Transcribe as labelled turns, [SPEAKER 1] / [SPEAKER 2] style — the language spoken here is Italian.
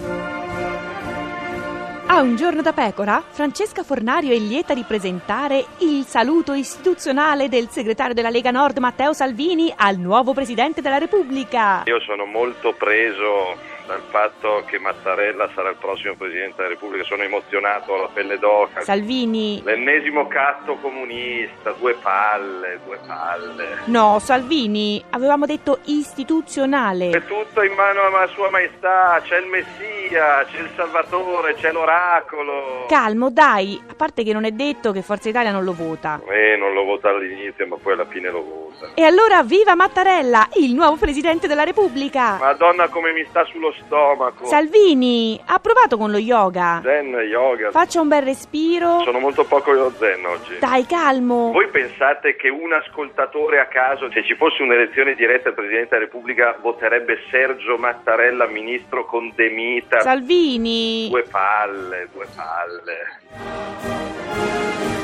[SPEAKER 1] A Ah, un giorno da pecora, Francesca Fornario è lieta di presentare il saluto istituzionale del segretario della Lega Nord Matteo Salvini al nuovo presidente della Repubblica.
[SPEAKER 2] Io sono molto preso dal fatto che Mattarella sarà il prossimo presidente della Repubblica, sono emozionato alla pelle d'oca.
[SPEAKER 1] Salvini.
[SPEAKER 2] L'ennesimo catto comunista, due palle, due palle.
[SPEAKER 1] No, Salvini, avevamo detto istituzionale.
[SPEAKER 2] È tutto in mano a Sua Maestà, c'è il Messia, c'è il Salvatore, c'è l'oracolo.
[SPEAKER 1] Calmo, dai, a parte che non è detto che Forza Italia non lo vota.
[SPEAKER 2] Eh, non lo vota all'inizio, ma poi alla fine lo vota.
[SPEAKER 1] E allora viva Mattarella, il nuovo presidente della Repubblica.
[SPEAKER 2] Madonna come mi sta sullo stomaco.
[SPEAKER 1] Salvini, ha provato con lo yoga.
[SPEAKER 2] Zen, yoga.
[SPEAKER 1] Faccia un bel respiro.
[SPEAKER 2] Sono molto poco io zen oggi.
[SPEAKER 1] Dai, calmo.
[SPEAKER 2] Voi pensate che un ascoltatore a caso, se ci fosse un'elezione diretta al Presidente della Repubblica, voterebbe Sergio Mattarella, ministro con Demita?
[SPEAKER 1] Salvini.
[SPEAKER 2] Due palle, due palle.